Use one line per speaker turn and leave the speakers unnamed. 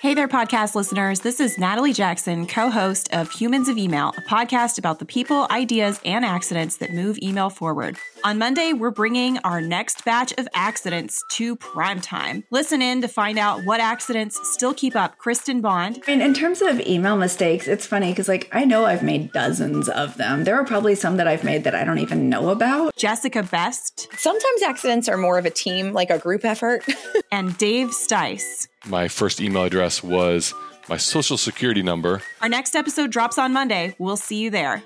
Hey there, podcast listeners. This is Natalie Jackson, co host of Humans of Email, a podcast about the people, ideas, and accidents that move email forward. On Monday, we're bringing our next batch of accidents to prime time. Listen in to find out what accidents still keep up Kristen Bond,
I mean, in terms of email mistakes, it's funny because, like, I know I've made dozens of them. There are probably some that I've made that I don't even know about.
Jessica Best,
Sometimes accidents are more of a team, like a group effort.
and Dave Stice.
My first email address was my social security number.
Our next episode drops on Monday. We'll see you there.